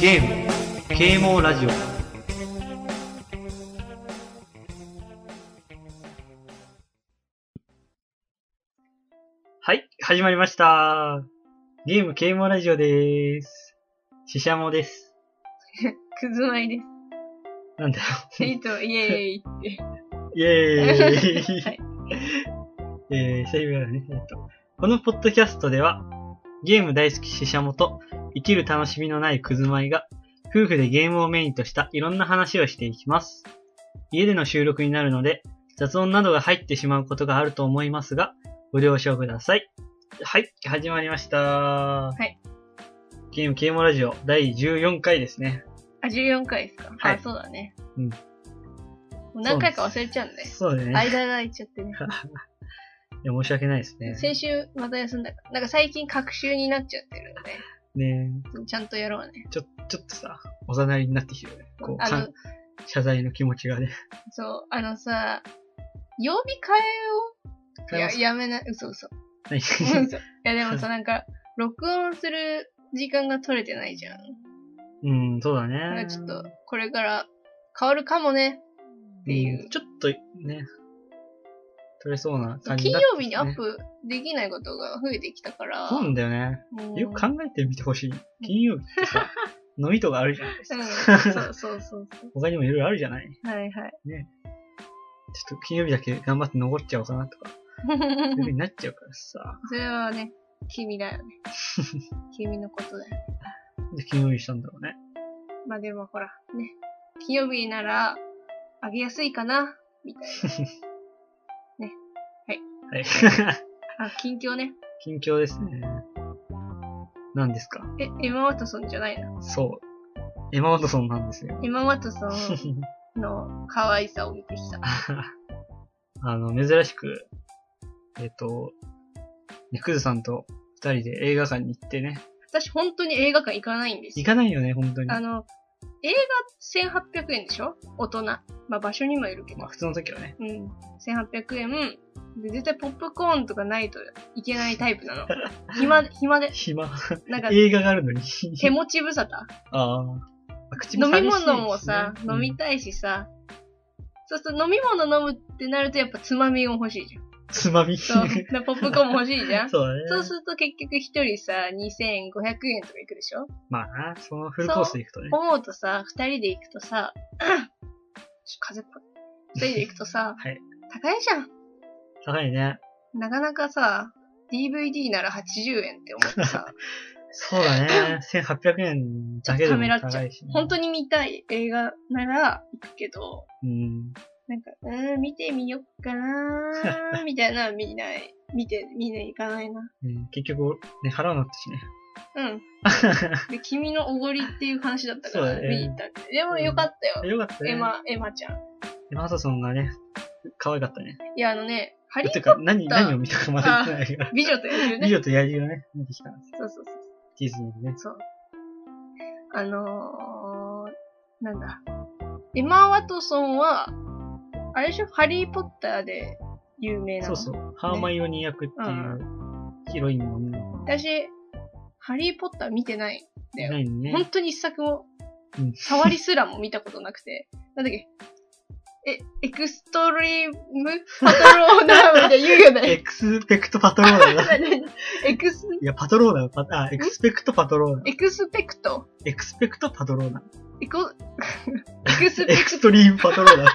ゲーム、啓蒙ラジオ。はい、始まりました。ゲーム啓蒙ラジオでーす。ししゃもです。くずま いです。なんだろう。えっと、イエーイって。イェーイ、はいえー、久しぶりだね。えっとこのポッドキャストでは、ゲーム大好きししゃもと、生きる楽しみのないくずまいが、夫婦でゲームをメインとしたいろんな話をしていきます。家での収録になるので、雑音などが入ってしまうことがあると思いますが、ご了承ください。はい、始まりました。いゲーム啓蒙ラジオ第14回ですね。あ、14回ですか、はいあ、そうだね。うんもう何回か忘れちゃうんだよ。そうだね。い間が空いちゃってね。や、申し訳ないですね。先週また休んだから。なんか最近隔週になっちゃってるので、ねちゃんとやろうね。ちょ、ちょっとさ、おざなりになってきてるよね。こう、あかのん、謝罪の気持ちがね。そう、あのさ、曜日変えよういや、やめない。嘘 嘘。何嘘。いや、でもさ、なんか、録音する時間が取れてないじゃん。 うん、そうだね。なんかちょっと、これから変わるかもね。ていうんちょっとね、取れそうな感じ金だ曜日にアップできないことが増えてきたから。そうなんだよね。うんよく考えてみてほしい。金曜日って さ、飲みとかあるじゃないですうんか。そうそうそうそう。他にもいろいろあるじゃない。は いはい。ちょっと金曜日だけ頑張って残っちゃおうかなとか、そういう風になっちゃうからさ。それはね、君 だよね。君のことだよ。なんで金曜日にしたんだろうね。まあでもほら、ね。金曜日なら、あげやすいかな、みたいはい。 な。あ、近況ね。近況ですね。何ですかえ、エマ・ワトソンじゃないのそう。エマ・ワトソンなんですよ。エマ・ワトソンの可愛さを見てきた。 あの、珍しく、えっ、と、ね、クズさんと二人で映画館に行ってね。私本当に映画館行かないんです行よ。かないよね、本当に。あの、映画1800円でしょ大人。まあ場所にもよるけどまあ、。普通の時はね。うん。1800円。で、絶対ポップコーンとかないといけないタイプ なの。暇で、暇で。暇。なんか、映画があるのに。手持ち無沙汰。あーあ。口飲み寂しいですね物もさ、うん飲みたいしさ。そうすると飲み物飲むってなるとやっぱつまみも欲しいじゃん。つまみ。そ。そううでポップコーンも欲しいじゃん。だね。そうすると結局一人さ、2500円とかいくでしょまあな、そのフルコースで行くとね。、思うとさ、二人で行くとさ、 ちょ風っぽい。二人で行くとさはい高いじゃん。高いね。なかなかさ、DVD なら80円って思ってさ、そうだね。1800円だけでも高いし、ね。本当に見たい映画なら行くけど、うん。なんか、うーん、見てみよっか なー、みたいな、見ない。見て、見に行かないな。ね結局、ね、払うなったしね。うん。で、君のおごりっていう話だったかそうら、だね見に行ったんで。でもよかったよ。 よかったね。エマ、エマちゃん。エマ・ワトソンがね、可愛かったね。いや、あのね、ハリてーかポ、何、何を見たかまだ言ってないから。美女と野獣美 ね。女と野獣をね、見てきたんです。そうそうそう。ディズニーでね。そう。あのー、なんだ。エマ・ワトソンは、あれでしょハリー・ポッターで有名なその。うそう。ハーマイオニー役っていうヒロインの女の子。私、ハリー・ポッター見てない。だよないね。本当に一作もうん、触りすらも見たことなくて。なんだっけえ、エクストリームパトローナーみたいな言うよエ ね。クスペクトパトローナー だ。いエクス、や、パトローナー、パあ、エクスペクトパトローナー。エクスペクトエクスペクトパトローナー。エコ、 エクスペエククストリームパトローナー。ト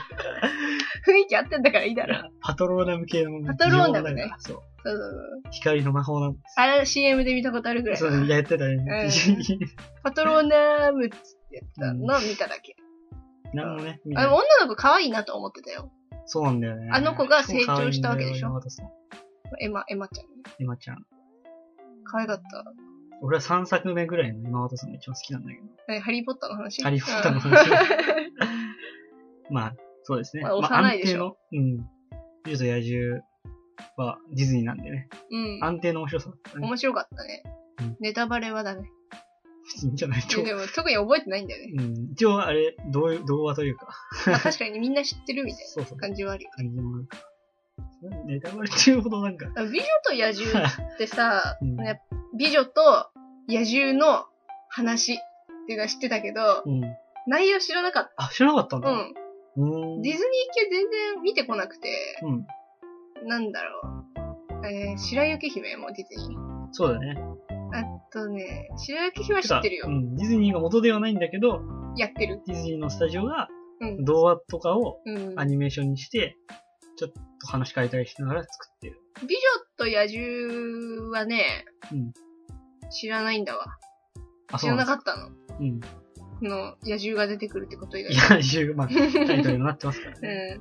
雰囲気合ってんだからいいだ ろ。パトローナム系のパトローナ呪ムね文だからそう。そうそうそう。光の魔法なんであれ CM で見たことあるぐらいす。。そう、やってたね。パトローナームっつってやったのを見ただけ。 なんもね、見あなでいも女の子可愛いなと思ってたよ。そうなんだよね。あの子が成長したわけでしそょう可愛いんだよエマワトソンエマ、エマちゃん。エマちゃん。可愛かった。俺は3作目ぐらいの今ワトソンが一番好きなんだけど。え、ハリーポッターの話ハリーポッタ ーのうん話まあ、そうですね。まあ幼いでしょまあ安定の、うん。美女と野獣はディズニーなんでね。うん。安定の面白さだったね。面白かったねうん。ネタバレはダメ。別にいいんじゃないと。でも特に覚えてないんだ よね。うん、一応あれ、どういう、童話というか、まあ確かにみんな知ってるみたいそうそうな、感じはあるよ。感じもあるから。それネタバレっていうほどなんか、、あ美女と野獣ってさうんやっぱ美女と野獣の話っていうのは知ってたけど、 うん。内容知らなかっあ、知らなかったんた。だ。うん。うん。ディズニー系全然見てこなくて、うん。なんだろう。えー、白雪姫もディズニー。そうだね。あとね、白雪姫は知ってるよかう。ん。ディズニーが元ではないんだけど、やってる。ディズニーのスタジオがうん。童話とかをうん、アニメーションにして、ちょっと話変えたりしながら作ってる。美女と野獣はね、うん知らないんだわ。あ、そ知うらななんかだ。ったの。うん。この野獣が出てくるってこと以い外。や、 十まあ、タイトルにもなってますから ね。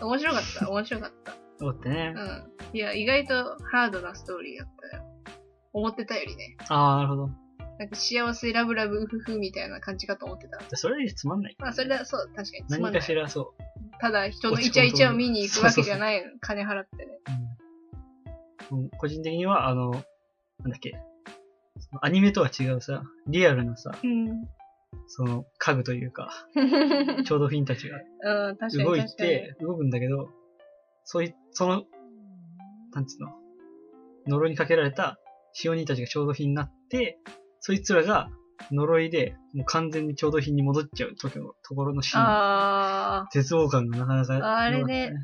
うん。面白かった、面白かった。そうだってね。うん。いや、意外とハードなストーリーだったよ。思ってたよりね。ああ、なるほど。なんか幸せラブラブウフフみたいな感じかと思ってた。それはつまんない。まあ、それだ、そう、確かにつま何んなかいし。らそただ、人のイチャイチャを見に行くわけじゃないの。金払ってね。う。うん、個人的には、あの、なんだっけ。そのアニメとは違うさ、リアルなさ、うん。その家具というか、 うん、ちょうどフィンたちが確かに確かに。動いて、動くんだけど、そうい、その、なんつうの、呪いにかけられた使用人たちが調度品になって、そいつらが呪いで、もう完全に調度品に戻っちゃう時のところのシーン。あ絶望感がなかなか。あれねー、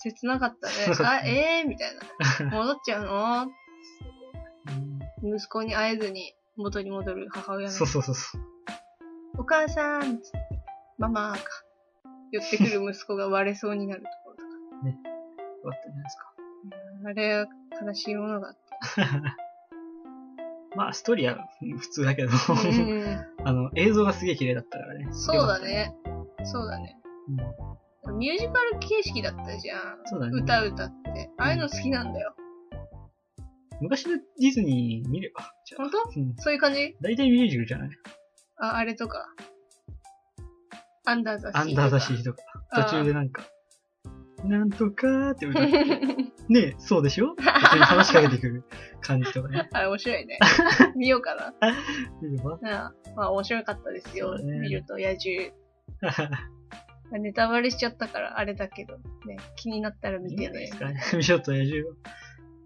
切なかっ たね。あ、ええー、みたいな。戻っちゃううん。の息子に会えずに元に戻る母親のそう。そうそうそう。お母さん、つってママか。寄ってくる息子が割れそうになるところとか。だったじゃないですか。あれは悲しいものがあっ まあ、ストーリーはうん普通だけど、た。うん あの、映像がすげえ綺麗だったからね。そうだね。そうだね。うん。ミュージカル形式だったじゃん。そうだね。歌歌って。ああいうの好きなんだよ。昔のディズニー見れば、じゃあ本当うん。そういう感じ大体ミュージカルじゃないあ、あれとか。アンダーザシーとか。アンダーザシーとか。あー途中でなんか、なんとかーって歌って、 ねえ、そうでしょって話しかけてくる感じとかね。 あれ面白 いね。見ようかな。見ればああまあ面白かったですよ。そうだね見ると野獣。ネタバレしちゃったからあれだけど、ね、気になったらいい見んじてゃないでねす。か ね。美女と野獣は。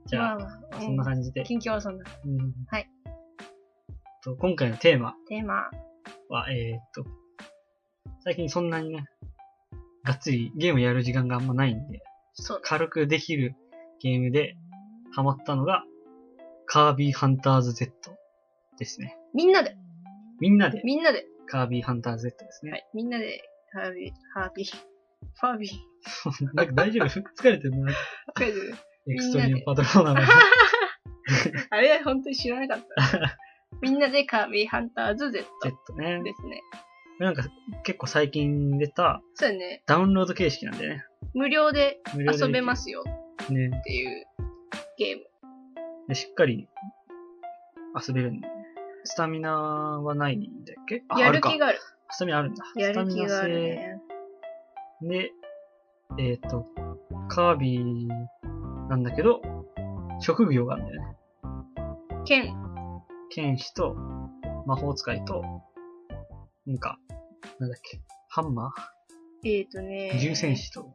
じまゃああ、まあ、そんなじ。感じで。近況はそんな。うんはい。と今回のテーマテーマ。は、えー、っと、最近そんなにね、がっつりゲームやる時間があんまないんで、そうね。軽くできるゲームでハマったのが、カービィハンターズ Z ですね。みんなで、みんなでみんなで、カービィハンターズ Z ですね。みんなで、ハービー、ハービー、ファービー、 なんか大丈夫疲れてる な。クイズ。エみんクなでストリームパトローナーの。あれ、本当に知らなかった。みんなでカービーハンターズ Z Z ね。ですね。 なんか結構最近出たそうだね。ダウンロード形式なんだよね。無料で無料で。遊べますすよね。っていうゲーム。でしっかり遊べるんだよね。スタミナはないんだっけあやあるか気がある。スタミナあるんだ。やる気があるスね。タミナ性で、えっ、と、カービィなんだけど、職業があるんだよね。剣、剣士と魔法使いと、なんか、なんだっけ、ハンマえっ、ー、とねー、、重戦。士と、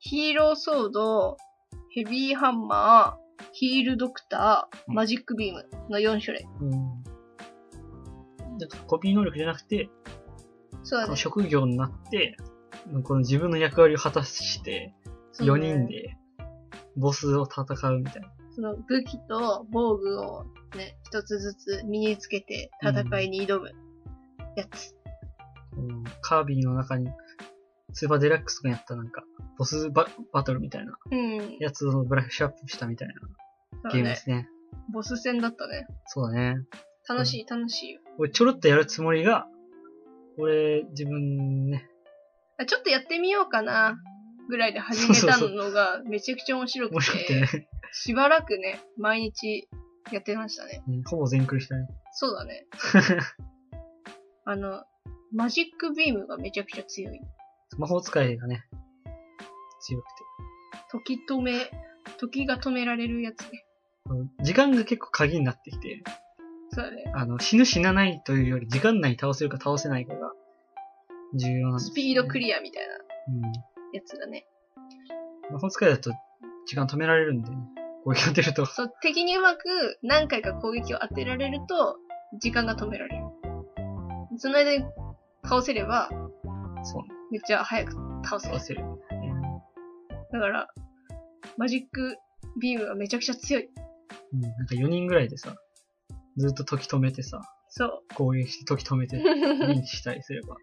ヒーローソード、ヘビーハンマー、ヒールドクター、うんマジックビームの4種類。うん。なんかコピー能力じゃなくて、そうだこのね。職業になって、この自分の役割を果たして、そうね4人で、ボスを戦うみたいな。その武器と防具をね、一つずつ身につけて戦いに挑むやつ。このカービィの中に、スーパーデラックスとかにあったなんか、ボスババトルみたいなうん。やつをブラッシュアップしたみたいなそうゲームでね。すね。ボス戦だったね。そうだね。楽しい、楽しいよ。俺ちょろっとやるつもりが、俺、自分ね、あちょっとやってみようかな、ぐらいで始めたのがめちゃくちゃ面白面く白くてて、ね、しばらくね、毎日やってましたね。うん ほぼ全クリしたね。そう だね。あの、マジックビームがめちゃくちゃ強い。魔法使いがね、強くて。時止め、時が止められるやつね。この時間が結構鍵になってきて、そうね。あの、死ぬ死なないというより、時間内に倒せるか倒せないかが、重要なんです、スピードクリアみたいなうん。まやつだね。あ、その使いだと、時間止められるんで、攻撃当てると。そう、敵にうまく何回か攻撃を当てられると、時間が止められる。その間に倒せれば、そう、めっちゃ早く倒せる倒。せる。だから、マジックビームがめちゃくちゃ強い。うん。なんか4人ぐらいでさ、ずっと時止めてさ、そう。攻撃して時止め て、認知したりすれば、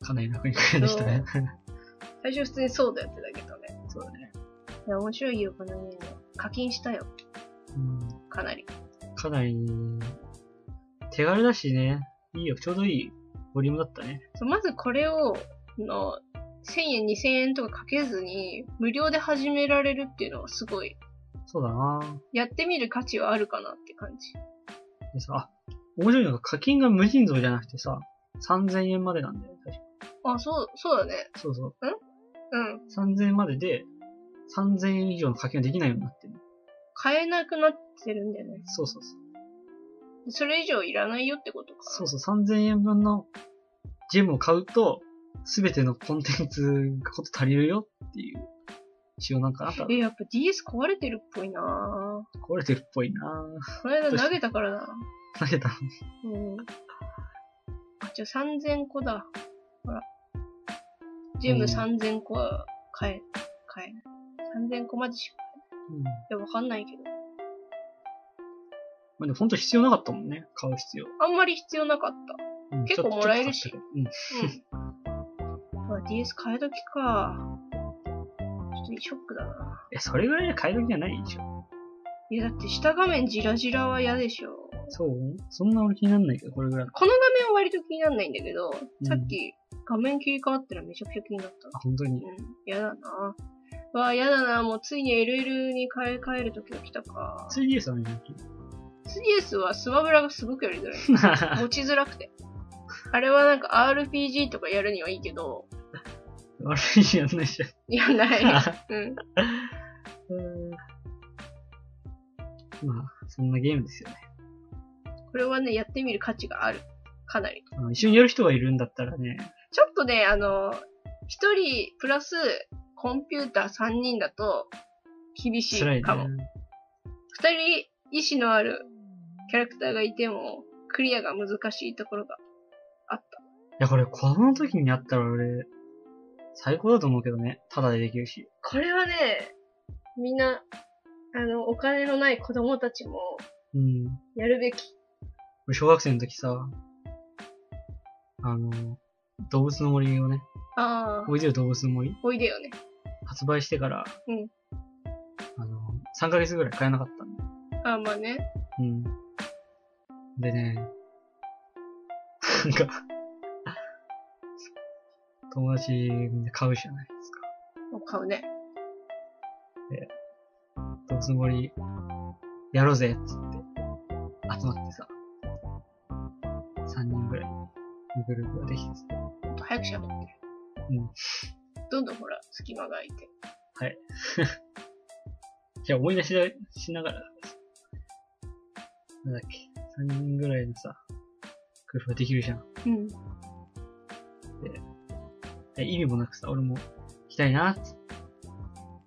かなり楽にクリアでしたね。 最初普通にソードやってたけどね。そうだね。いや、面白いよ、このゲーム。課金したよ、うん。かなり。かなり、手軽だしね、いいよ、ちょうどいいボリュームだったね。そうまずこれを、の、1000円、2000円とかかけずに、無料で始められるっていうのはすごい。そうだなやってみる価値はあるかなって感じ。でさ、あ、面白いのが課金が無尽蔵じゃなくてさ、3000円までなんだよね、確か。あ、そう、そうだね。そうそう。うん。 3000円までで、3000円以上の課金ができないようになってる。買えなくなってるんだよね。そうそうそう。それ以上いらないよってことか。そうそう、3000円分のジェムを買うと、すべてのコンテンツがこと足りるよっていう仕様なんかな多分え、やっぱ DS 壊れてるっぽいなぁ。壊れてるっぽいな この間投げたからなぁ。投げた。うん。あ、じゃあ3000個だ。ほら。ジムうん3000個は買え、買えない。3000個までしか、うん。まいや、わかんないけど。あでも本当必要なかったもんね、買う必要。あんまり必要なかっうん結構ちょもらえるちしょっと買ったけどた。うん。 まあ、DS 買い時か。ちょっとショックだな。うん。いや、それぐらいで買い時じゃないでしょ。いや、だって下画面ジラジラは嫌でしょ。そうそんな俺気になんないけど、これぐらい。この画面は割と気にならないんだけど、さっき画面切り替わったらめちゃくちゃ気になった。あ、本当に。うん、やだな。うわあ、やだな。もうついに LL に買い替える時が来たか。 3DS はね、 3DS はスマブラがすごくやりづらい。な持ちづらくて。あれはなんか RPG とかやるにはいいけど、悪いやんないじゃん。やんない。 うん。まあ、そんなゲームですよね。これはね、やってみる価値がある。かなり。あの一緒にやる人がいるんだったらね、ちょっとね、あの、一人プラスコンピューター3人だと厳し辛いいね。かも。二、人意志のあるキャラクターがいてもクリアが難しいところがあった。いや、これ、この時にやったら俺、最高だと思うけどね。ただでできるし。これはね、みんな、あの、お金のない子供たちもうん。やるべき。俺、小学生の時さ、あの、動物の森をね、ああ、おいでよ動物の森おいでよね。発売してから、うんあの、3ヶ月ぐらい買えなかったんで。ああ、まあね。うん。でね、なんか、友達みんな買うじゃないですか。もう買うね。どうつもり、やろうぜっつって、集まってさ、3人ぐらい、グループができてさ、もっと早く喋って。うん。どんどんほら、隙間が空いて。いや、思い出しなしながら、なんだっけ、3人ぐらいのさ、グループができるじゃん。うん。で意味もなくさ、俺も、行きたいなっつって。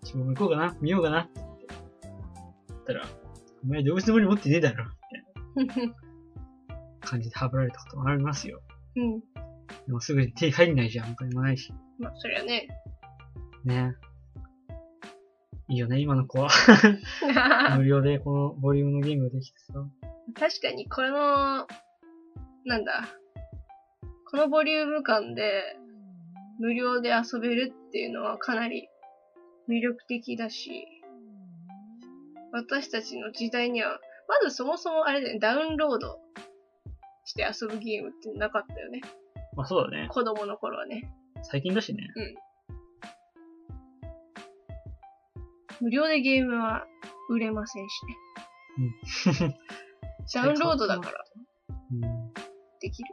自分も行こうかな見ようかなっつって。たら、お前動物の森持ってねえだろみたいな感じでハブられたこともありますよ。うん。でもすぐに手に入んないじゃん。お金もないし。まあ、そりゃね。ねいいよね、今の子は。確か無料でこのボリュームのゲームができてさ。に、この、なんだ。このボリューム感で、無料で遊べるっていうのはかなり魅力的だし、私たちの時代には、まずそもそもあれだよね、ダウンロードして遊ぶゲームってなかったよね。まあそうだね。子供の頃はね。最近だしね。無料でゲームは売れませんしね。ダウンロードだからうん。でできる。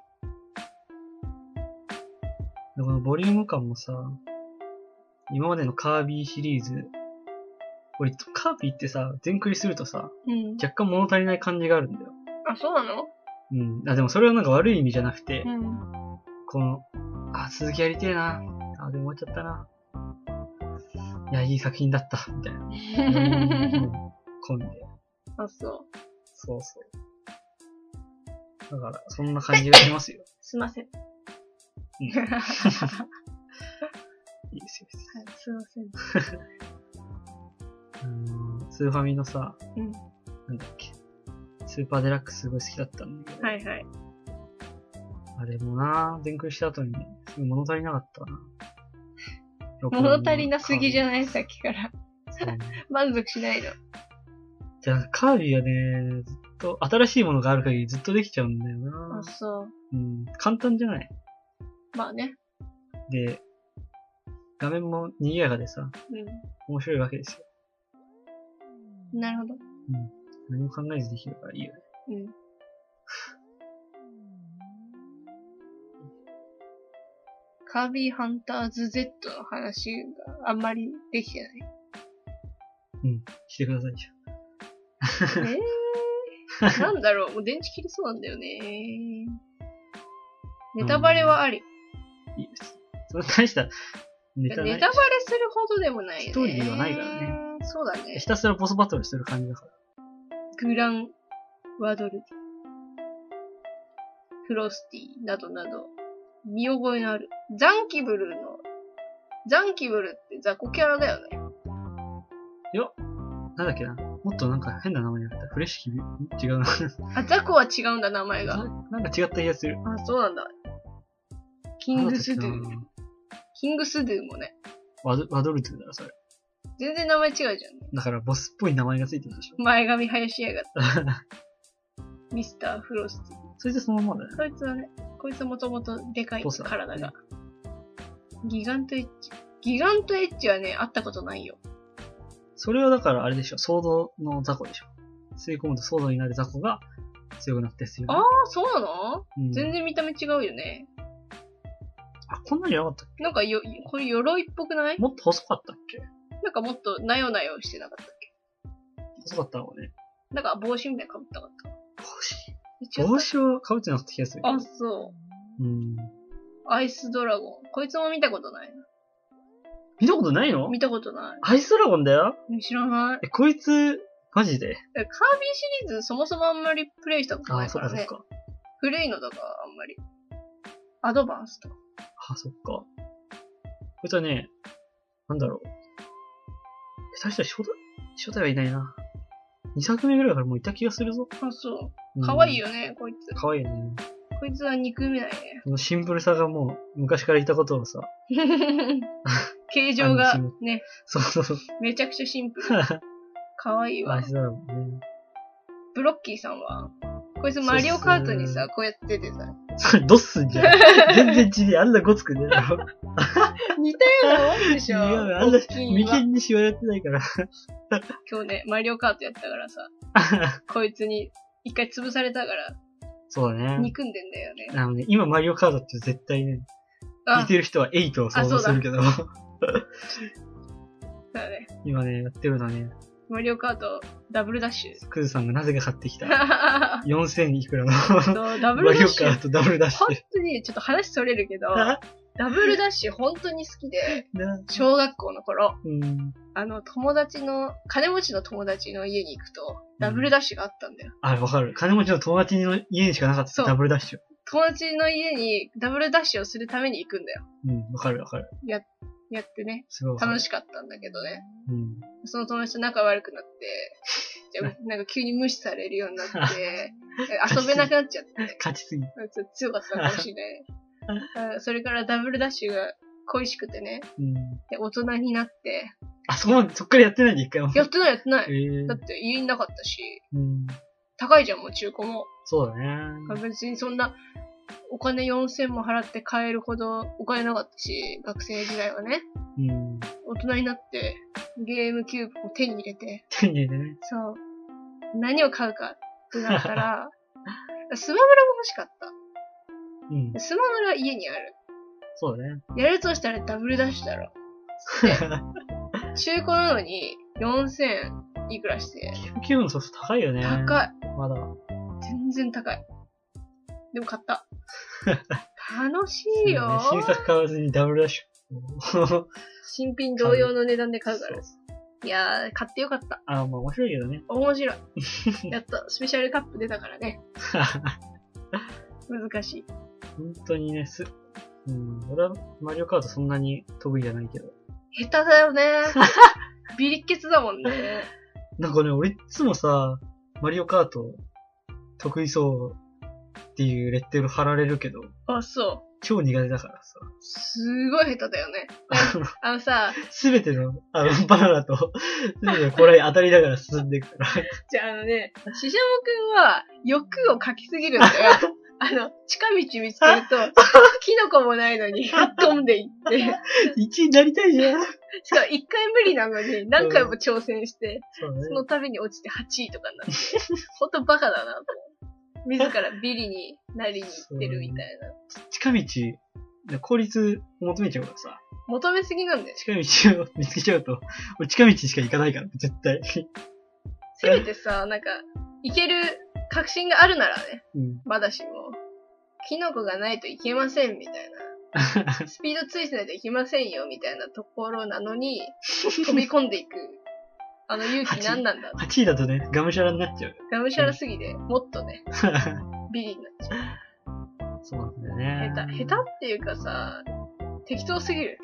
このボリューム感もさ、今までのカービィシリーズ、俺、カービィってさ、全クリするとさ、うん。若干物足りない感じがあるんだよ。あ、そうなのうん。あ、でもそれはなんか悪い意味じゃなくて、うん。この、あ、続きやりてえな。あ、でも終わっちゃったな。いや、いい作品だった。みたいな。うん混んで。 あ、そう。そうそう。だから、そんな感じがしますよ。すいません。 うんいはいですよ。いいですすいません。うーんスーファミのさ、うんなんだっけ。スーパーデラックスすごい好きだったんだけど。はいはい。あれもな、全クリした後に、物足りなかったな。物足りなすぎじゃないないさっきから。 満足しないの。じゃあ、カービィはね、ずっと、新しいものがある限りずっとできちゃうんだよなあ、。そう。うん、簡単じゃない。まあね。で、画面も賑やかでさ、う面白いわけですよ。ん。なるほど。何も考えずできるからいいよね。うん。カービィハンターズ Z の話があんまりできて ない。してくださいじえー、なんだろう、もう電池切れそうなんだよね。ネタバレはあり。ゃん。いいです。そんな大したネネタタバない。レするほどでもないよね。ストーリーはないからね。そうだねひ。たすらボスバトルしてる感じだから。グラン、ワドルディ、フロスティなどなど、見覚えのある。ザンキブルの、ザンキブルって雑魚キャラだよね。なんだっけな。もっとなんか変な名前になった。フレッシュキビん違うな。あ、ザコは違うんだ、名前が。なんか違った気がする。あ、そうなんだ。キングスドゥ。キングスドゥもね、ワドワドルトゥだろ、それ。全然名前違うじゃん。だからボスっぽい名前がついてるでしょ。前髪生やしやがった。ミスター・フロスティ。それでそのままだね。こいつはね、こいつはもともとでかいポサ体が。ギガントエッジ。ギガントエッジはね、会ったことないよ。それはだからあれでしょ。ソードの雑魚でしょ。吸い込むとソードになる雑魚が強くなってすよ、ああ、そうなの、うん全然見た目違うよね。あ、こんなになかったっなんかよ、これ鎧っぽくないけもっと細かったっけなんかもっとなよなよしてなかったっけ細かったのね。なんか帽子みたいなの被ったかった。帽え違子。っ帽子を被ってなかった気がするた。あ、そう。うん。アイスドラゴン。こいつも見たことないな。見たことないの見たことなアイスドラゴンだよい。知らない。え、こいつ、マジでカービィシリーズそもそもあんまりプレイしたことないからね。か。古いのだからあんまり。アドバンスとか。あ、そっか。こいつはね、なんだろう。下手したら初代、初代はいないな。2作目ぐらいからもういた気がするぞ。あ、そうう。んかわいい。よね、こいつ。かわいいよね。こいつは憎めないね。このシンプルさがもう、昔からいたことをさ、 形状があのね、そうそうそう。めちゃくちゃシン プル。アかわいいわイ。スドラゴンね。ブロッキーさんは、こいつマリオカートにそうっさ、こうやってて さ、それ、ドスじゃん。 全然ちげえ。あんなごつくねえだろ。似たようなもんでしょ違うよあんな大きい眉わ間にしわ寄ってないから。今日ね、マリオカートやったからさ、こいつに一回潰されたから、 そうだね。憎んでんだよね。あのね、今マリオカードって絶対ね、見あ、てる人は8を想像するけど、だよね。 今ね、やってるのはね、マリオカート、ダブルダッ シュ。クズさんがなぜか買ってき た。そ4000いくらのうダブマルリダッオシカュー。トダブルダッシ本当に、ちょっと話それる けど、ュ。ダブルダッシュ本当に好きで、な小学校の頃、うん、あの、友達の、金持ちの友達の家に行くと、ダブルダッシュがあったんだよ。あ、わかる。金持ちの友達の家にしかなかったそうダブルダッシュ。友達の家にダブルダッシュをするために行くんだよ。うん、わかるわかる。やってね、すごいわかる。楽しかったんだけどね。うん。その友達と仲悪くなって、じゃあなんか急に無視されるようにな って、遊べなくなっちゃって、勝ちすぎ。強かったかもしれない あ。それからダブルダッシュが恋しくてね、うん。で大人になって、あ、そこまで、そっからやってないで一回も。やってないやってなえい。ーだって家になかったし、うん。高いじゃん、もう中古も。そうだね。別にそんな、お金4000も払って買えるほどお金なかったし、学生時代はね。うん。大人になって、ゲームキューブを手に入れて、手に入れてね。そう。何を買うかってなっ たら、スマブラも欲しかっうんた。。スマブラは家にある。そうだね。やるとしたらダブルダッシュだろ。 中古なのに4000いくらして、 9のソフト高いよね。高い。まだ。全然高い。でも買った。楽しいよー。新作買わずにダブルダッシュ。新品同様の値段で買うから。そういやー、買ってよかった。あ、まあ面白いけどね。 面白い。やっと、スペシャルカップ出たからね。難しい。本当にね、す、うん、俺はマリオカートそんなに得意じゃないけど。下手だよね。ビリッケツだもんね。なんかね、俺いつもさ、マリオカート得意そうっていうレッテル貼られるけど、あ、そう。超苦手だからさ。すごい下手だよね。 あのさ、すべての、あの、バナナと、すべてのこれ当たりながら進んでいくから。 じゃあ、あのね、ししゃもくんは欲をかきすぎるんだよ。あの、近道見つけると、キノコもないのに、突っ込んでいって、一位になりたいじゃん。しかも一回無理なのに、何回も挑戦して、そうねそ。の度に落ちて8位とかになって、ほんとバカだなと思う。自らビリになりに行ってるみたいな。近道、効率求めちゃうからさ。求めすぎなんだよ。近道を見つけちゃうと、俺近道しか行かないから、絶対。せめてさ、なんか、いける確信があるならね、うん。まだしも、キノコがないといけませんみたいな。 スピードついてないといけませんよ、みたいなところなのに、飛び込んでいく。あの勇気何な んだ8位だとね、がむしゃらになっちゃう。 がむしゃらすぎて、もっとね、ビリになっちゃそうなんだよね。う。下手、下手っていうかさ、適当す ぎる。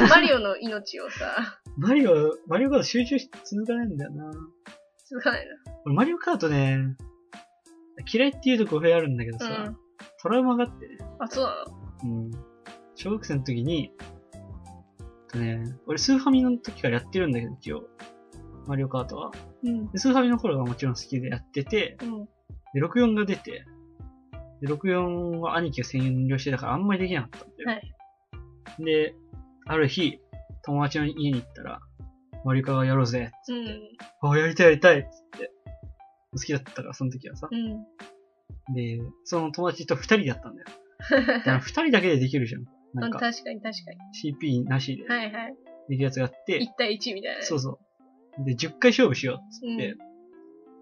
ま、マリオの命をさ、マリオ、マリオカート集中し続かないんだよな。続かない俺マリオカートね、嫌いっていうと語弊あるんだけどさ、な。うん。トラウマがあってね。あ、そうなのうん。小学生の時に、えっとね、俺スーファミの時からやってるんだけど、一応。マリオカートは。うん。でスーファミの頃はもちろん好きでやってて、うん。で、64が出て、で、64は兄貴が専用してたからあんまりできなかったんだよ。はで、ある日、友達の家に行ったら、マリカがやろうぜ。うん。あ、やりたいやりたいっつって。好きだったから、その時はさ。うん。で、その友達と二人だったんだよ。だ から二人だけでできるじゃん。なん確かか、に確か CP なしでに。はいはい。できるやつがあって、 1対1みたいなね。そうそう。で、10回勝負しようっつうん。って、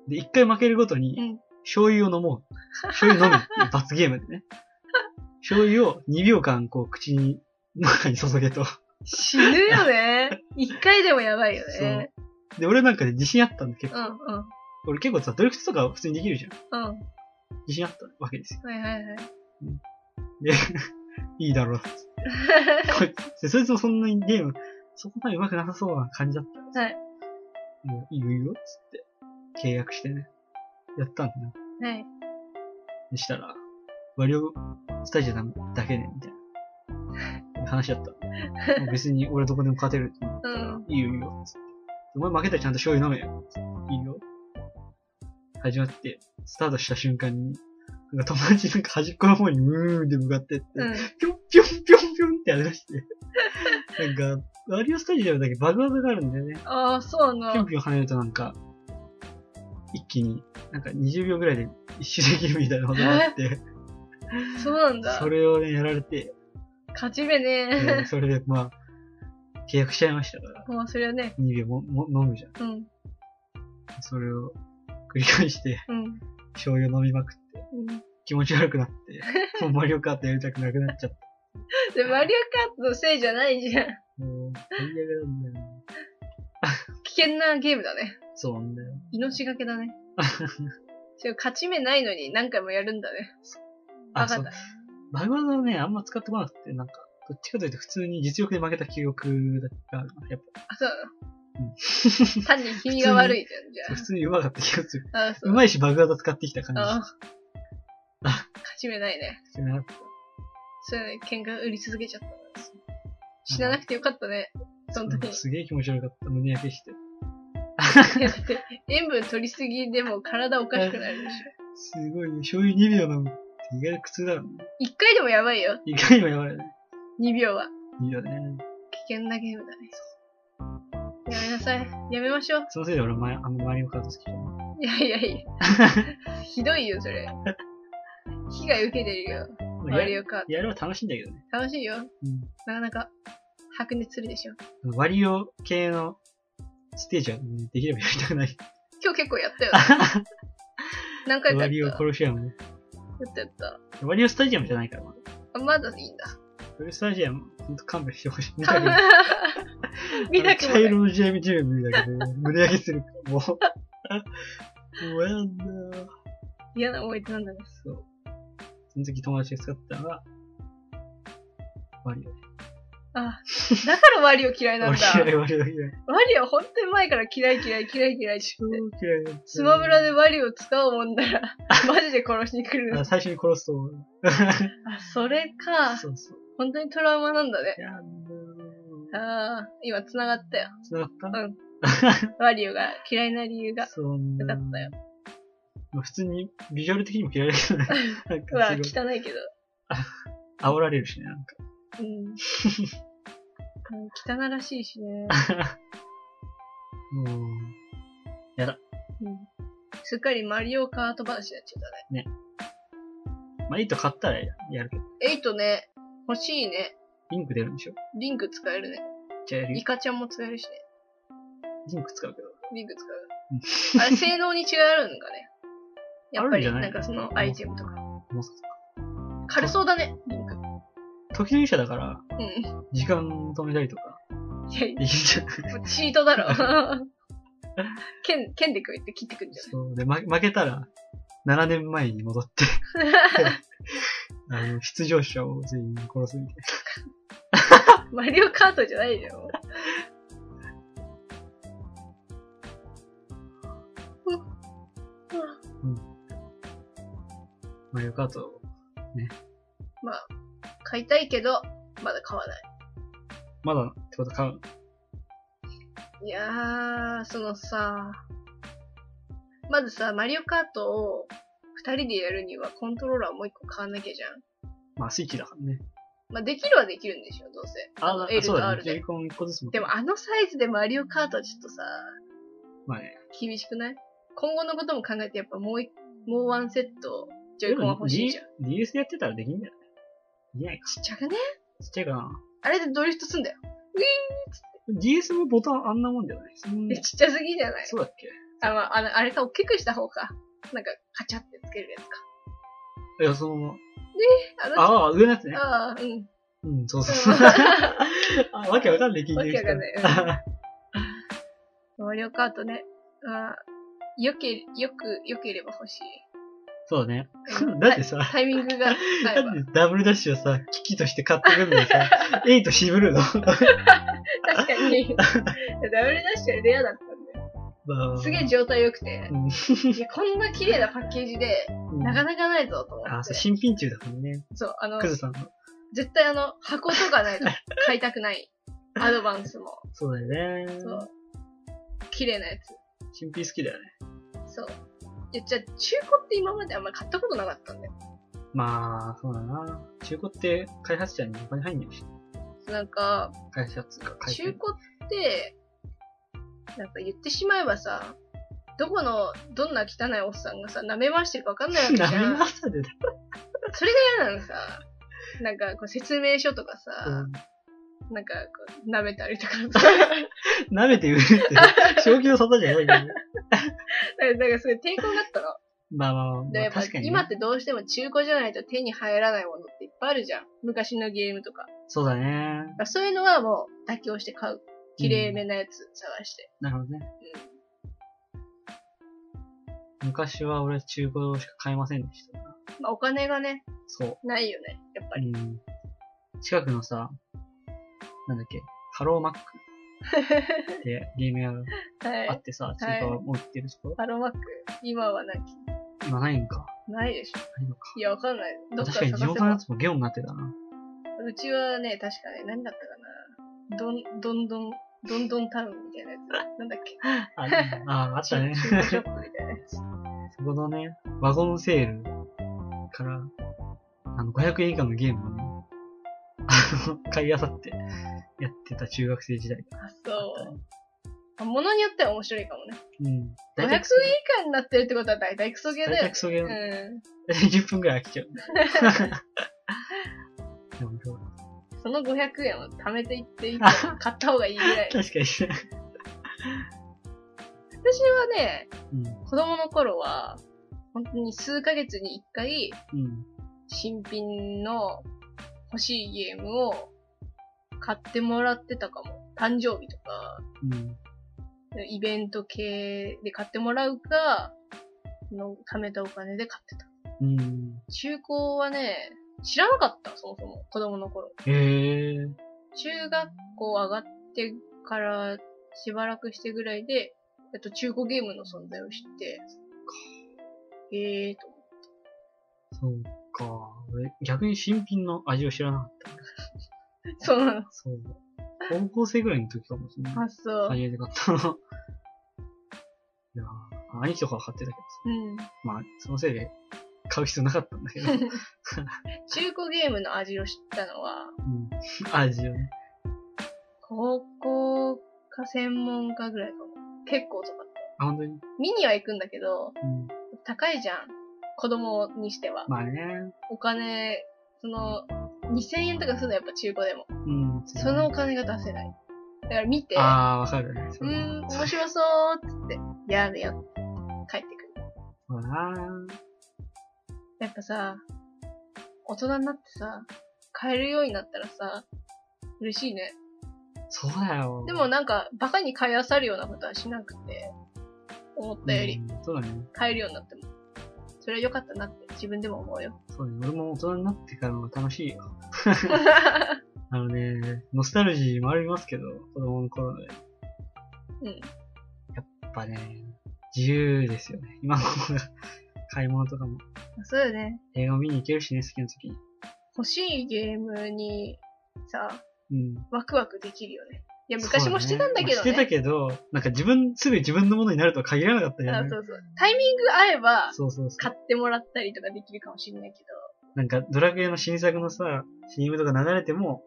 で、1回負けるごとに、うん醤油を飲もう。醤油飲むっていう罰ゲームでね。醤油を2秒間こう口に、中に注げと。死ぬよ ね。1回でもやばいよね。で、俺なんかで自信あったんだけどう、んうん。俺結構さ、ドリフトとか普通にできるじゃん。うん。は自信あったわけですよ。いはいはい。で、いいだろうっつって。こいつで、そいつもそんなにゲーム、そこまで上手くなさそうな感じだったんですよはい。もういいよいいよっつって、契約してね、やったんだよ。はい。にしたら、マリオスタジアムだけね、みたいな。話だった。もう別に俺どこでも勝てるって思ったら、うんいいよいいよ、つって。お前負けたらちゃんと醤油飲めよ、つって。いいよ。始まって、スタートした瞬間に、なんか友達なんか端っこの方にうーんって向かってって、うん。ぴょんぴょんぴょんぴょんってやりだして、なんか、マリオスタジアムだけバグ技があるんだよね。ああ、そうなぴょんの。ぴょん跳ねるとなんか、一気に、なんか20秒ぐらいで一周できるみたいなことがあって、そうなんだそ。れをね、やられて、 勝ち目うねん。それでまあ、契約しちゃいましたから、もうそれはね。 2秒もも飲むじゃうん。ん。それを繰り返して、うん。醤油飲みまくって、うん気持ち悪くなって、 もうマリオカートやりたくなくなっちゃった。で、マリオカートのせいじゃないじゃん。もう、最悪なんだよね。危険なゲームだね。そうなんだよ。命がけだね。 それ勝ち目ないのに何回もやるんだね。バカそうだ。バグ技をね、あんま使ってこなくて、なんか、どっちかというと普通に実力で負けた記憶だったなやっぱ、あ、そうなうんの。単に君が悪いじゃ、そうん 普じ通に上手かった気がする。ゃあ。 あ、そう。上手いしバグ技使ってきた感じああ。あ勝ち目ないね。してなかっそういうのに喧嘩売り続けちゃったんです。死ななくてよかったね。その時 た。すげえ気持ち悪かった。胸焼けして。に。だって、塩分取りすぎでも体おかしくなるでしょ。すごいね。醤油2秒飲むって意外と苦痛だろうね。一回でもやばいよ。意外にもやばいね。 2秒は。いいよね。危険なゲームだね。やめなさい。やめましょう。そのせいで俺、ま、あのマリオカート好きじゃない。いやいやいや。 ひどいよ、それ。被害受けてるよ。まあマやリるオカート。やるは楽しいんだけどね。楽しいよ。うんなかなか白熱するでしょ。あの。マリオ系のステージはね、できればやりたくない。 今日結構やったよ。何回かワリやオった。コロシアムね。やったやった。ワリオスタジアムじゃないから、まだあ、まだいいんだ。ワリオスタジアム、ほんと勘弁してほしい。 見たくない。見たくあの茶もない。色のジェミジェミだけど、胸上げするから、もう。もうやんだー嫌な思い出なんだね。そう。その時友達が使ったのが、ワリあ、だからワリオ嫌いオ。 なんだ。俺嫌い、ワリオ嫌い。ワリオ本当に前から嫌い嫌い嫌い嫌いって超言って。嫌いだった。スマブラでワリオ使うもんなら、マジで殺しに来るあ。最初に殺すと思う。あ、それか。そうそう。本当にトラウマなんだね。やんだーああ、今繋がったよ。繋がったワリオが嫌いな理由が。そんな。よかったよまあ普通に、ビジュアル的にも嫌いだ けどね。なんうわ、かす汚いけど。ごい、煽られるしね、なんか。うん。うん汚らしいしね。 もう、うんすっかりマリオカート話になっちゃっまあ、いいと買ったらややるけど。たね。エイトね、欲しいね。リンク出るんでしょリンク使えるね。じゃあリンイカちゃんも使えるしね。リンク使うけど。リンク使う。あれ、性能に違いあるのか ね。やっあぱり、るんじゃないなんかそのアイテムとか。もうそっか。軽そうだね、リンク。時々者だから、う時間止めたりとか、ん。いやいできちゃう。や、もうチートだ ろ。剣、剣で食いって切ってくんじそう。で、ま負けたら、7年前に戻 って、ゃないあの、出場者を全員殺すみたいマリオカートじゃないよ。な。マリオカート。まあ、買いたいけど、まだ買わない。まだ、ってこと買う。いやー、そのさ、まずさ、マリオカートを二人でやるにはコントローラーもう一個買わなきゃじゃん。まあ、スイッチだからね。まあ、できるはできるんでしょ、どうせ。あの、L そうとだね。 R ジョでイ。コン1個ずつ持ってでもあのサイズでマリオカートはちょっとさ、まあね。厳しくない今後のことも考えてやっぱもうい、もうワンセット、ジョイコンは欲しいじゃん。でも D- DS でやってたらできんじゃないできないか。ちっちゃくねちっちゃいかな。あれでドリフトすんだよ。 DS もボタンあんなもんじゃないそんえなちっちゃすぎじゃないそうだっけあ、まあ、あの、あれか、大きくした方か。なんか、カチャってつけるやつか。いや、そのまま、あの、ああ、上のやつね。ああ、うん。うん、そう そう。あわけわかんない聞いてる人。わけわかんなマリオカートね。あーよけ、よく、よければ欲しい。 そうだね。う んだってさ、タイミングが合えなば。んでダブルダッシュをさ、機器として買ってくるのに さ、エイト渋るの 確かに。いやダブルダッシュはレアだったんだよ。まあすげえ状態良 くてう。んいや、こんな綺麗なパッケージで、なかなかないぞと思あ、っそてう、。新品中だもんね。そう、あのク、ズさんの。絶対あの、箱と かないと買いたくない。アドバンスも。そうだよね。そう。綺麗なや新品好きだよね。つ。そう。いや、じゃあ中古って今まであんまり買ったことなかったんだよ。まあ、そうだな。中古って開発者にお金入んないし。なんか、開発者っつうか、開中古発って、なんか言ってしまえばさ、どこの、どんな汚いおっさんがさ、舐め回してるかわかんないわけじ ゃなめんま。したでだ。それが嫌なのさ。なんか、こう、説明書とかさ、なんか、こう、舐めたりとかさ。 舐めて売るって、正気の沙汰じゃないけどね。なんか、そういう抵抗があったの。まあまあまあ、でもまやあ、っぱ確かにね、今ってどうしても中古じゃないと手に入らないものっていっぱいあるじゃん。昔のゲームとか。だかそうだね。らそういうのはもう妥協して買う。綺麗めなやつ探して。なるほどね。昔は俺中古しか買えませんでしたな。うんまあ、お金がね、そう。ないよね。やっぱり。うん。近くのさ、なんだっけ、ハローマック ってゲーム屋がはあいっ。てさ、中古も売ってるとこハローマック、今はなき。今ないんか。ないでしょ。ないのか。いや、わかんない。どっか確かに探地せ元のやば。つもゲオになってたな。うちはね、確かね、何だったかな。どん、どんどん、どんどんタウンみたいなやつ。なんだっけ。 あ、ああった ね。中古ショップみたいなやつ。そこのね、ワゴンセールから、あの、500円以下のゲームをね、 あの、買い漁ってやってた中学生時代があ、あったそうね。あ物によっては面白いかもね。うん。 500大体円以クソ下になってるってことは大体クソゲ大ーだよ体ねク。ソゲーうなの。ん。大 体10分くらい飽きちゃう。でもそうその500円を貯めていっていいから買った方がいいぐ らい。確かに。私はね、うん。子供の頃は、本当に数ヶ月に一回、うん。新品の欲しいゲームを買ってもらってたかも。誕生日とか、うん。イベント系で買ってもらうか、その貯めたお金で買ってた。うん。中古はね、知らなかった、そもそも。子供の頃。へえ。中学校上がってからしばらくしてぐらいで、えっと、中古ゲームの存在を知って、ええーと思って。そうか。俺、逆に新品の味を知らなかった。そうなの。そう。高校生ぐらいの時かもしれない。発想。初めて買ったの。い やー兄貴とかは買ってたけどさ。うん。まあ、そのせいで買う必要なかったんだ けど。う中古ゲームの味を知ったのは、ん。味をね。高校か専門かぐらいかも。結構遅かった。あ、本当に。見には行くんだけうど、ん。高いじゃん。子供にしては。まあね。お金、その、2000円とかするのやっぱ中古でも。うん。そのお金が出せない。だから見て、うああ、わかるね。そーれん、面そ白そうっつって、やめよって帰ってくる。うだなやっぱさ、大人になってさ、買えるようになったらさ、嬉しいね。そうだよ。でもなんか、バカに買いあさるようなことはしなくて、思ったより。うんそうだね。買えるようになっても。それは良かったなって自分でも思うよ。そうね。俺も大人になってからの方が楽しいよ。あのね、ノスタルジーもありますけど、子供の頃で。 うん。やっぱね、自由ですよね。今の子が 買い物とかも。そうだよね。映画見に行けるしね、好きな時に。欲しいゲームにさ、うん。ワクワクできるよね。いや、昔もしてたんだけそどうね。まあしてたけど、なんか自分、すぐ自分のものになるとは限らなかったよね。あそうそう。タイミング合えば、そうそうそう買ってもらったりとかできるかもしれないけなんか、ドラクエの新作のさ、CM とか流れても、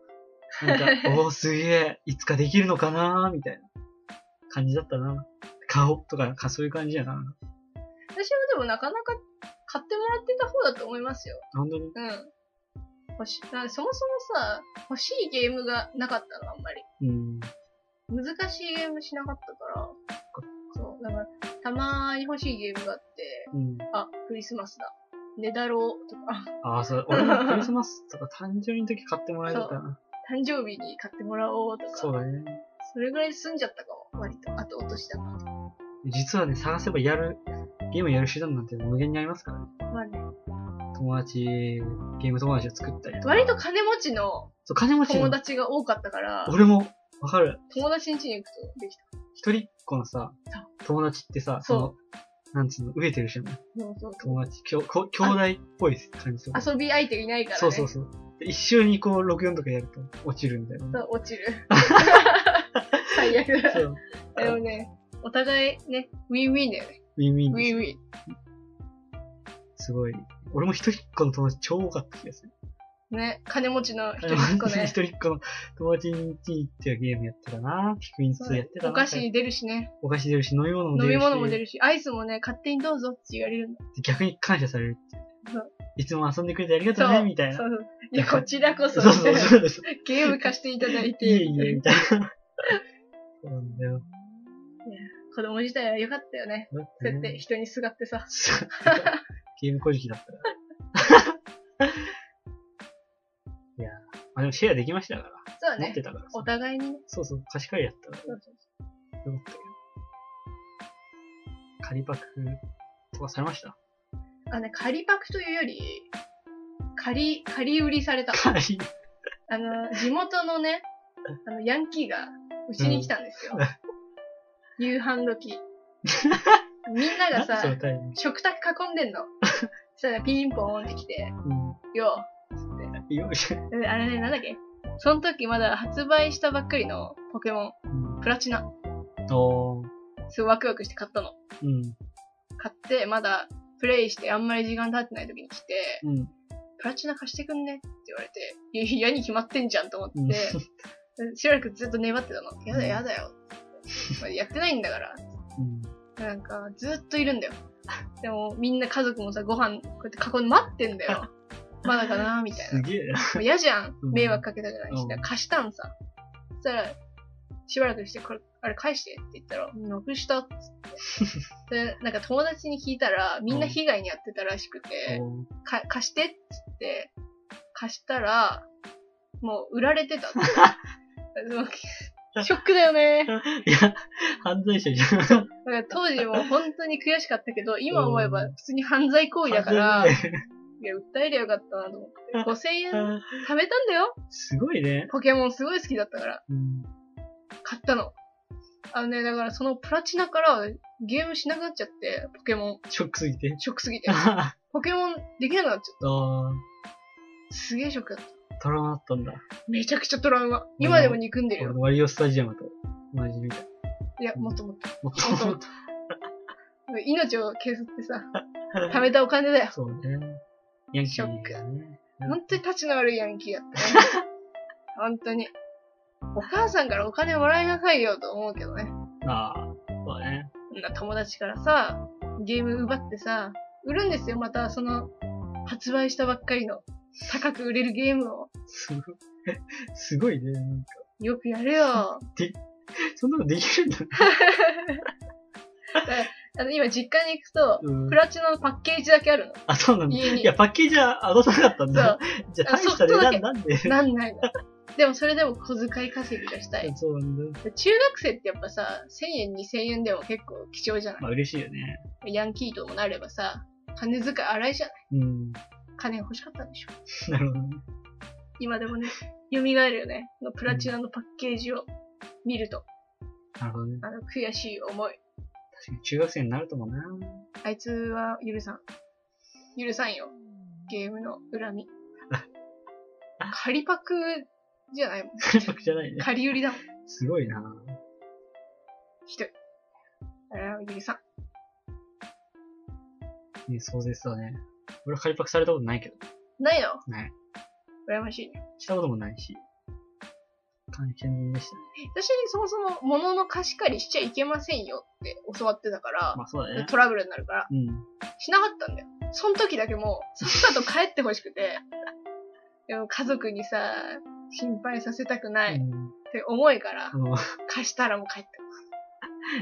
なんか、おーすげえ、いつかできるのかなーみたいな感じだったな。顔とか、かそういう感じやな。ど。私はでもなかなか買ってもらってた方だと思いますよ。本当に。うん。欲し、だからそもそもさ、欲しいゲームがなかったの、あんまり。うん。難しいゲームしなかったから。そう。だから、たまーに欲しいゲームがあって、うん。あ、クリスマスだ。ねだろうとか、 ああ、そう、俺もクリスマスとか誕生日の時買ってもらえたかな。誕生日に買ってもらおうとか、そうだね。それぐらい済んじゃったかも、割と。あと落としたか実はね、探せばやる、ゲームやる手段なんて無限にありますからね。まあね。友達、ゲーム友達を作ったりとか。割と金持ちのそう、金持ち友の。達が多かったから、俺も、わかる。友達ん家に行くとできた。一人っ子のさそう、友達ってさ、。そうなんつうの、飢えてるじゃないそうそうそう友達、きょこ兄弟っぽい感じとか。遊び相手いないからね。そうそうそう。で一緒にこう、64とかやると落ちるみたいな。そう落ちる。 最悪だ。そう。でもね、お互いね、ウィンウィンだよね。ウィンウィンウですィンウィン。すごい。俺も一人っ子の友達超多かった気がする。ね、金持ちの 一人っ 子ね。一人っ子の友達に行ってはゲームやってたな。ピクイン2やってたな。お菓子に出るしね。お菓子出るし、飲み物も出飲るし。み物も出る。るし、アイスもね、勝手にどうぞって言われるんだ逆に感謝されるっていうそう。いつも遊んでくれてありがそとううね、みたいなそ。うそういや、こちらこそ、そうそうそうそう。 ゲーム貸していただいて、いえい え、みたいな。そうなんだよ。子供自体は良かったよね。だってそねうや って人にすがってさ。そうゲーム小じきだったら。 いやー、まあでもシェアできましたから。そうだ持っねて。たからさお。互いにね。そうそう、貸し借りやったら。そうそうよかったけど。借りパクとかされましたあ、ね、仮パクというより、仮、仮売りされた。借り。あの、地元のね、あの、ヤンキーが、うちに来たんですよ。夕飯 時。みんな何がそのさ、タイミング食卓囲んでん の。そしたらピンポンって来て、ようん。よいしょ。う、あれね、なんだっけその時まだ発売したばっかりのポケモン、うん。プラチナ。おー。すごいワクワクして買ったの。うん。買って、まだプレイしてあんまり時間経ってない時に来て、うん。プラチナ貸してくんねって言われて、いや、嫌に決まってんじゃんと思うんって、 しばらくずっと粘ってたの。やだやだよ。まあやってないんだから。うん。なんか、ずっといるんだよ。でも、みんな家族もさ、ご飯、こうやって囲んで待ってん だよ。まだかなみたいな。すげえな。もう嫌じゃん。うん迷惑かけたくないし。うんだから貸したんさ。そしたら、しばらくして、これ、あれ返してって言ったら、なくしたっつって。 で、なんか友達に聞いたら、みんな被害に遭ってたらしくて、おーか貸してっつって、貸したら、もう売られ てたって。でもショックだよね。いや、犯罪者じゃん。だから当時も本当に悔しかったけど、今思えば普通に犯罪行為だから、犯い罪ねや、訴えりゃよかったなと思って。5000円 貯めたんだよすごいね。ポケモンすごい好きだったから。うん買ったの。あのね、だからそのプラチナからゲームしなくなっちゃって、ポケモショックすぎてン。。ショックすぎて。あポケモンできなくなっちゃっあ、た。すげえショックだった。トラウマだったんだ。めちゃくちゃトラウマ。今でも憎んでるよ。ワリオスタジアムと同じみたい。いや、もっともっと。もっもっともっと。命を削ってさ、貯めたお金だよ。そうね。ヤンキー、ね。ショックうん本当に立ちの悪いヤンキー やったね。本当に。お母さんからお金もらいなさいよと思うけどね。ああ、そうだね。そんな友達からさ、ゲーム奪ってさ、売るんですよ、またその、発売したばっかりの、高く売れるゲームを。すごい、 すごいね。なんかよくやるよ。そんなのできるんだね。あの、今実家に行くと、うんプラチナのパッケージだけあるの。あ、そうなんだ。家いにや、。パッケージはあざさなかったんだ。 じゃあ、大あした値ソフトだ段けなんで。 なんないの。でもそれでも小遣い稼ぎがしたい。そうなんだ。中学生ってやっぱさ、1000円、2000円でも結構貴重じゃないまあ、嬉しいよね。ヤンキーともなればさ、金遣い荒いじゃないうん。金欲しかったんでしょなるほどね。今でもね、蘇るよね。このプラチナのパッケージを見ると、なるほどね。あの、悔しい思い。確かに中学生になるともな。あいつは許さん。許さんよ。ゲームの恨み。仮パクじゃないもん。感覚じゃないね。仮売りだもん。すごいな。ひどい。あれは許さん。ね、壮絶だね。俺は仮パクされたことないけど。ないのない。羨ましいね。したこともないし。大変でしたね。私にそもそも物の貸し借りしちゃいけませんよって教わってたから、まあそうだね。トラブルになるから、うん。しなかったんだよ。その時だけもう、さっさと帰ってほしくて、 でも家族にさ、心配させたくないっうんて思いからあ、の貸したらもう帰って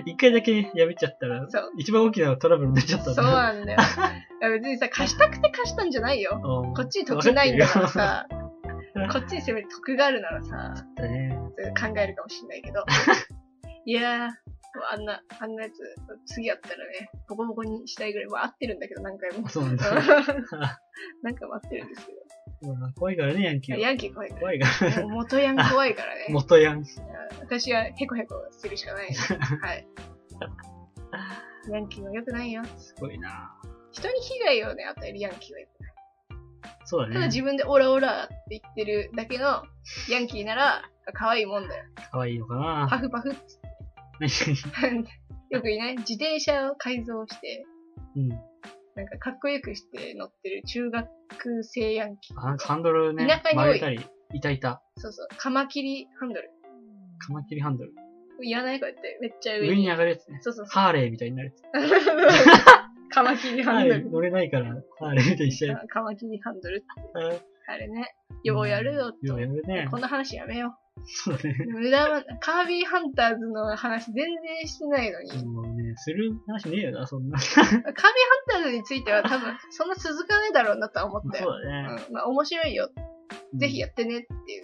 一回だけねやめちゃったら、そう一番大きなトラブルになっちゃったそんうだ。なん だよ。いや別にさ、貸したくて貸したんじゃないよ。うんこっちに得ないんだから さ、わこかっっちにせめて得があるならさ、てるよ。考えるかもしんない けど。いやー、もうあんな、あんなやつ、次やったらね、ボコボコにしたいぐらい、まあ合ってるんだけど何回 もあ。そうなんだ。なんか合ってるんですけまあ怖いからね、ヤンキど。ーは。ヤンキー怖いから怖いから。もう元ヤン怖いか らね。元ヤン。私はヘコヘコするしかな い。はい。ヤンキーは良くないよ。すごいな。人に被害をね、与えるヤンキーは良くない。そうだただね。自分でオラオラって言ってるだけのヤンキーなら、可愛いもんだよ。可愛いのかパな。フパフっ つっ何てよくいない自転車を改造して、 うん。なんかかっこよくして乗ってる中学生ヤンキー。あ、なんかハンドルね田、舎に多い曲げたり、いたいた。そうそう。カマキリハンドル。カマキリハンドル。いらないこうやって。めっちゃ上上に。に上がるやつね。そ うそうそう。ハーレーみたいになるやつ。カマキリハハーンドレルー。乗れないから、ハーレーみたいにしちゃう。カマキリハンドル。うんあれね。 ようやるよ、よとう。やるねこ。んな話やめよそうだね。う。無駄な、カービィハンターズの話全然してな いのに。カービィもうね、する話ねえよな、そんな。ハンターズについては多分、そんな続かないだろうなとは思ったそよ。うだね。うん、まあ面白いよ。うんぜひやってねっていう。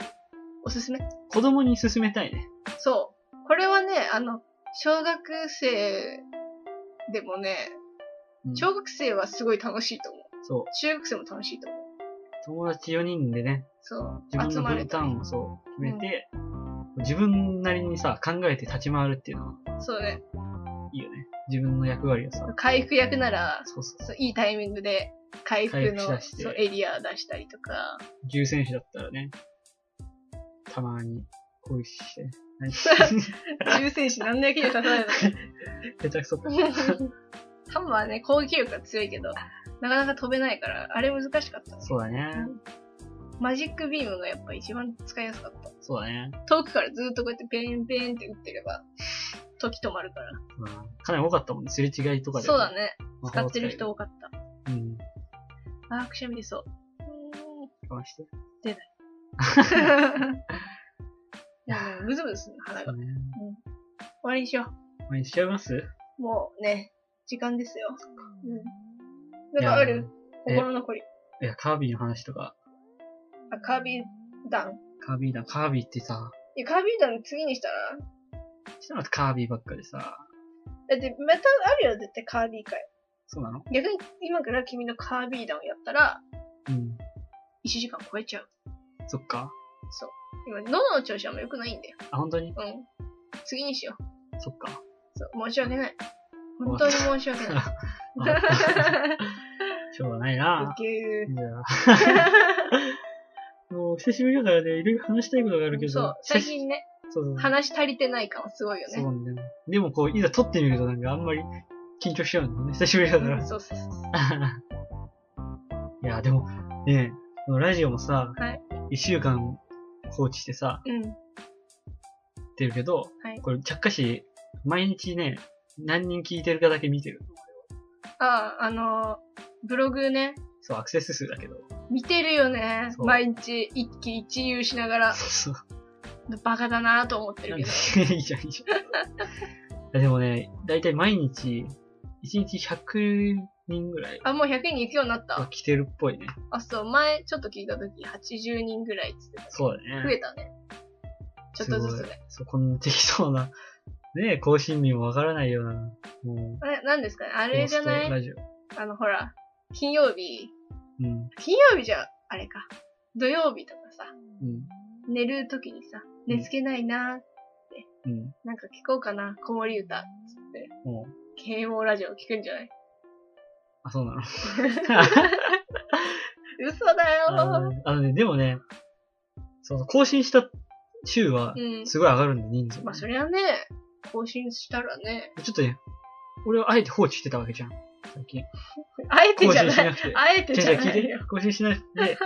おすすめ。子供に勧めたいね。そう。これはね、あの、小学生でもね、うん小学生はすごい楽しいと思う。そう。中学生も楽しいと思う。友達4人でね、そう。自分集のまれ分たり。担をそう、決めて、自分なりにさ、考えて立ち回るっていうのはそうね。いいよね。自分の役割をさ、回復役なら、そうそう。そういいタイミングで回復回の復しだしてそうエリア出したりとか、重戦士だったらね、たまに恋 して、ね、何重戦士なんで役に立たないの下手くそか。 ハンマーね、攻撃力が強いけど、なかなか飛べないから、あれ難しかったね。そうだね。マジックビームがやっぱ一番使いやすかった。そうだね。遠くからずっとこうやってペンペンって打ってれば、時止まるから。まあ、かなり多かったもんね。すれ違いとかで。そうだ。ね。魔使法ってるい人。多かった。うん。あー、くしゃみ出そう。 かわして。うーんいや、ね、むずむずすんの、鼻が。そう終ね。わりにしよまあ、しちゃいますう。もうね、時間ですよ。うん。なんかあるいや心残り。いや、カービィの話とか、あ、カービー弾。カービィだ、カービィってさ、いや、カービー弾次にしたらしたらカービィばっかでさ、だって、またあるよ、絶対カービー会。そうなの逆に、今から君のカービー弾をやったら、うん。 1時間超えちゃう。そっか。今、喉の調子あんま良くないんだよ。あ、本当にうん。次にしよう。そっか。そう、申し訳ない。本当に申し訳 ない。しょうがないいな。ける。じゃあ、 もう久しぶりだからね、いろいろ話したいことがあるけど。そう、最近ね、そうそうそう。話足りてない感はすごいよそうね。なんだよね。でもこう、いざ撮ってみるとなんかあんまり緊張しちゃうんだよね。久しぶりだから。 そうそうそう。いや、でも、ねえ、このラジオもさ、はい一週間放置してさ、うん。やってるけど、はいこれ、着火し、毎日ね、何人聞いてるかだけ見てる。ああ、あのーブログね、そう、アクセス数だけど。見てるよね。そう毎日一喜一憂しながら、そうそバカだなと思ってう。なるんけでど。 いいじゃん、いいじゃん。いやでもね、だいたい毎日、一日100人ぐらいあ、もう100人行くようになったは。来てるっぽいね。あ、そう、前ちょっと聞いた時80人ぐらいっつってた。そうだ増えね。たね。ちょっとずつすごいね。そう、こんな適当な、ねえ、更新日もわからないような、もう、あれ、なんですかねあれじゃな放送いラジオ。あの、ほら、金曜日、うん、金曜日じゃ、あれか。土曜日とかさ、うん、寝る時にさ、寝つけないな、うん。なんか聞こうかな、子守歌、つって、もう、啓蒙ラジオ聞くんじゃないあ、そう なの。嘘だあよのあのね、でもね、そうそう、更新した週はー。、うん。すごい上がるんで、人数。まあ、そりゃね、更新したらね、ちょっとね、俺はあえて放置してたわけじゃん。最近。あえて更 じゃ新しな。ないくて。あ えてじ違う違ゃうな聞いいよて。更新しなく て、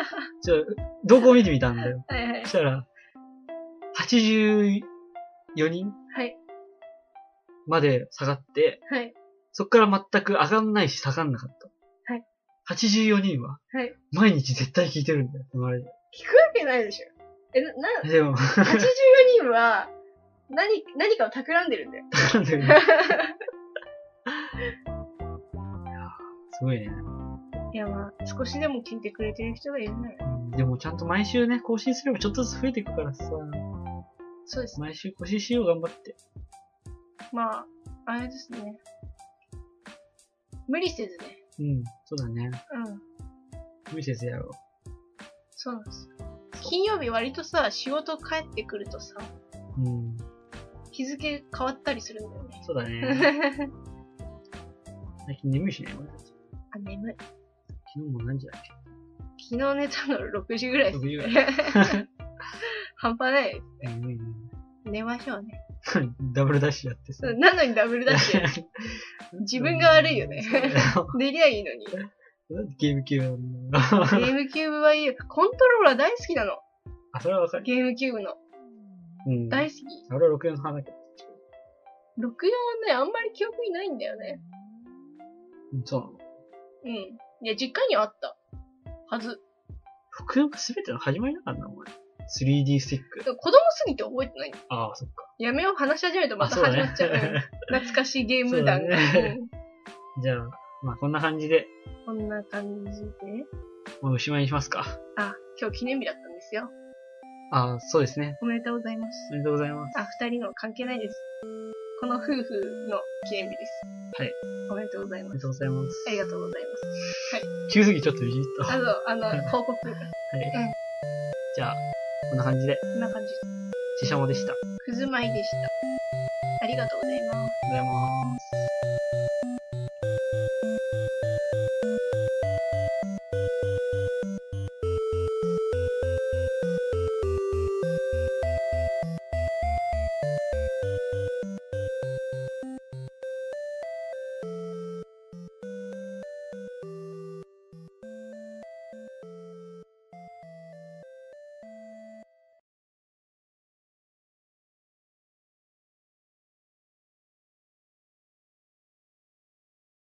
ちょ、動向を見てみたんだよ。はいはいそ。したら、84人はい。まで下がって、はい。そっから全く上がんないし下がんなかった。はい。 84人は、はい毎日絶対聞いてるんだよ、このあれ。聞くわけないでしょ。え、な、なでも、 84人は、何、何かを企んでるんだよ。なんだよ ね。すごいね。いやまあ、少しでも聞いてくれてる人がいるなら。うんでもちゃんと毎週ね、更新すればちょっとずつ増えていくからさ、そうですね。毎週更新しよう頑張って。まあ、あれですね。無理せずね。うん、そうだね。うん。無理せずやろそうなんですよ。金曜日割とさ、仕事帰ってくるとさ、う。うん、日付変わったりするんだよね。そうだね。 最近眠いしね、俺たち。あ、眠い。昨日も何時だっ昨日寝たの6時ぐらいですね。 6時 半端ない。け眠いね。 寝ましょうね。ダブルダッシュやってさそう。なのにダブルダッシュ。 自分が悪いよねそう 寝りゃいいのに。ゲなんでゲーム級なんだよームキューブはいいよ。コントローラー大好きなの。 あ、それはわかる。ゲームキューブの。うん。大好き。俺は64派だけど。 64はね、あんまり記憶にないんだよね。うん、そうなの。うん。いや、実家にはあった。はず。 64が全ての始まりだからな、お前。3D スティックだ。から子供すぎて覚えてない。ああ、そっか。やめよう、話し始めるとまあ、たそうだ始まっちゃう。うんね。懐かしいゲーム団が。そうだねう んじゃあ、まあこんな感じで、こんな感じで。もうおしまいにしますか。あ、今日記念日だったんですよ。ああ、そうですね。おめでとうございます。おめでとうございます。あ、二人の関係ないです。この夫婦の記念日です。はい。おめでとうございおま。めですとうございますあ。りがとうございます。急すぎちょっとビビった。はあい。と、あの、報告。うんじゃあ、こんな感じで、こんな感じ。ししゃもでした。あくずまいでした。ありがとうございります。がとうございます。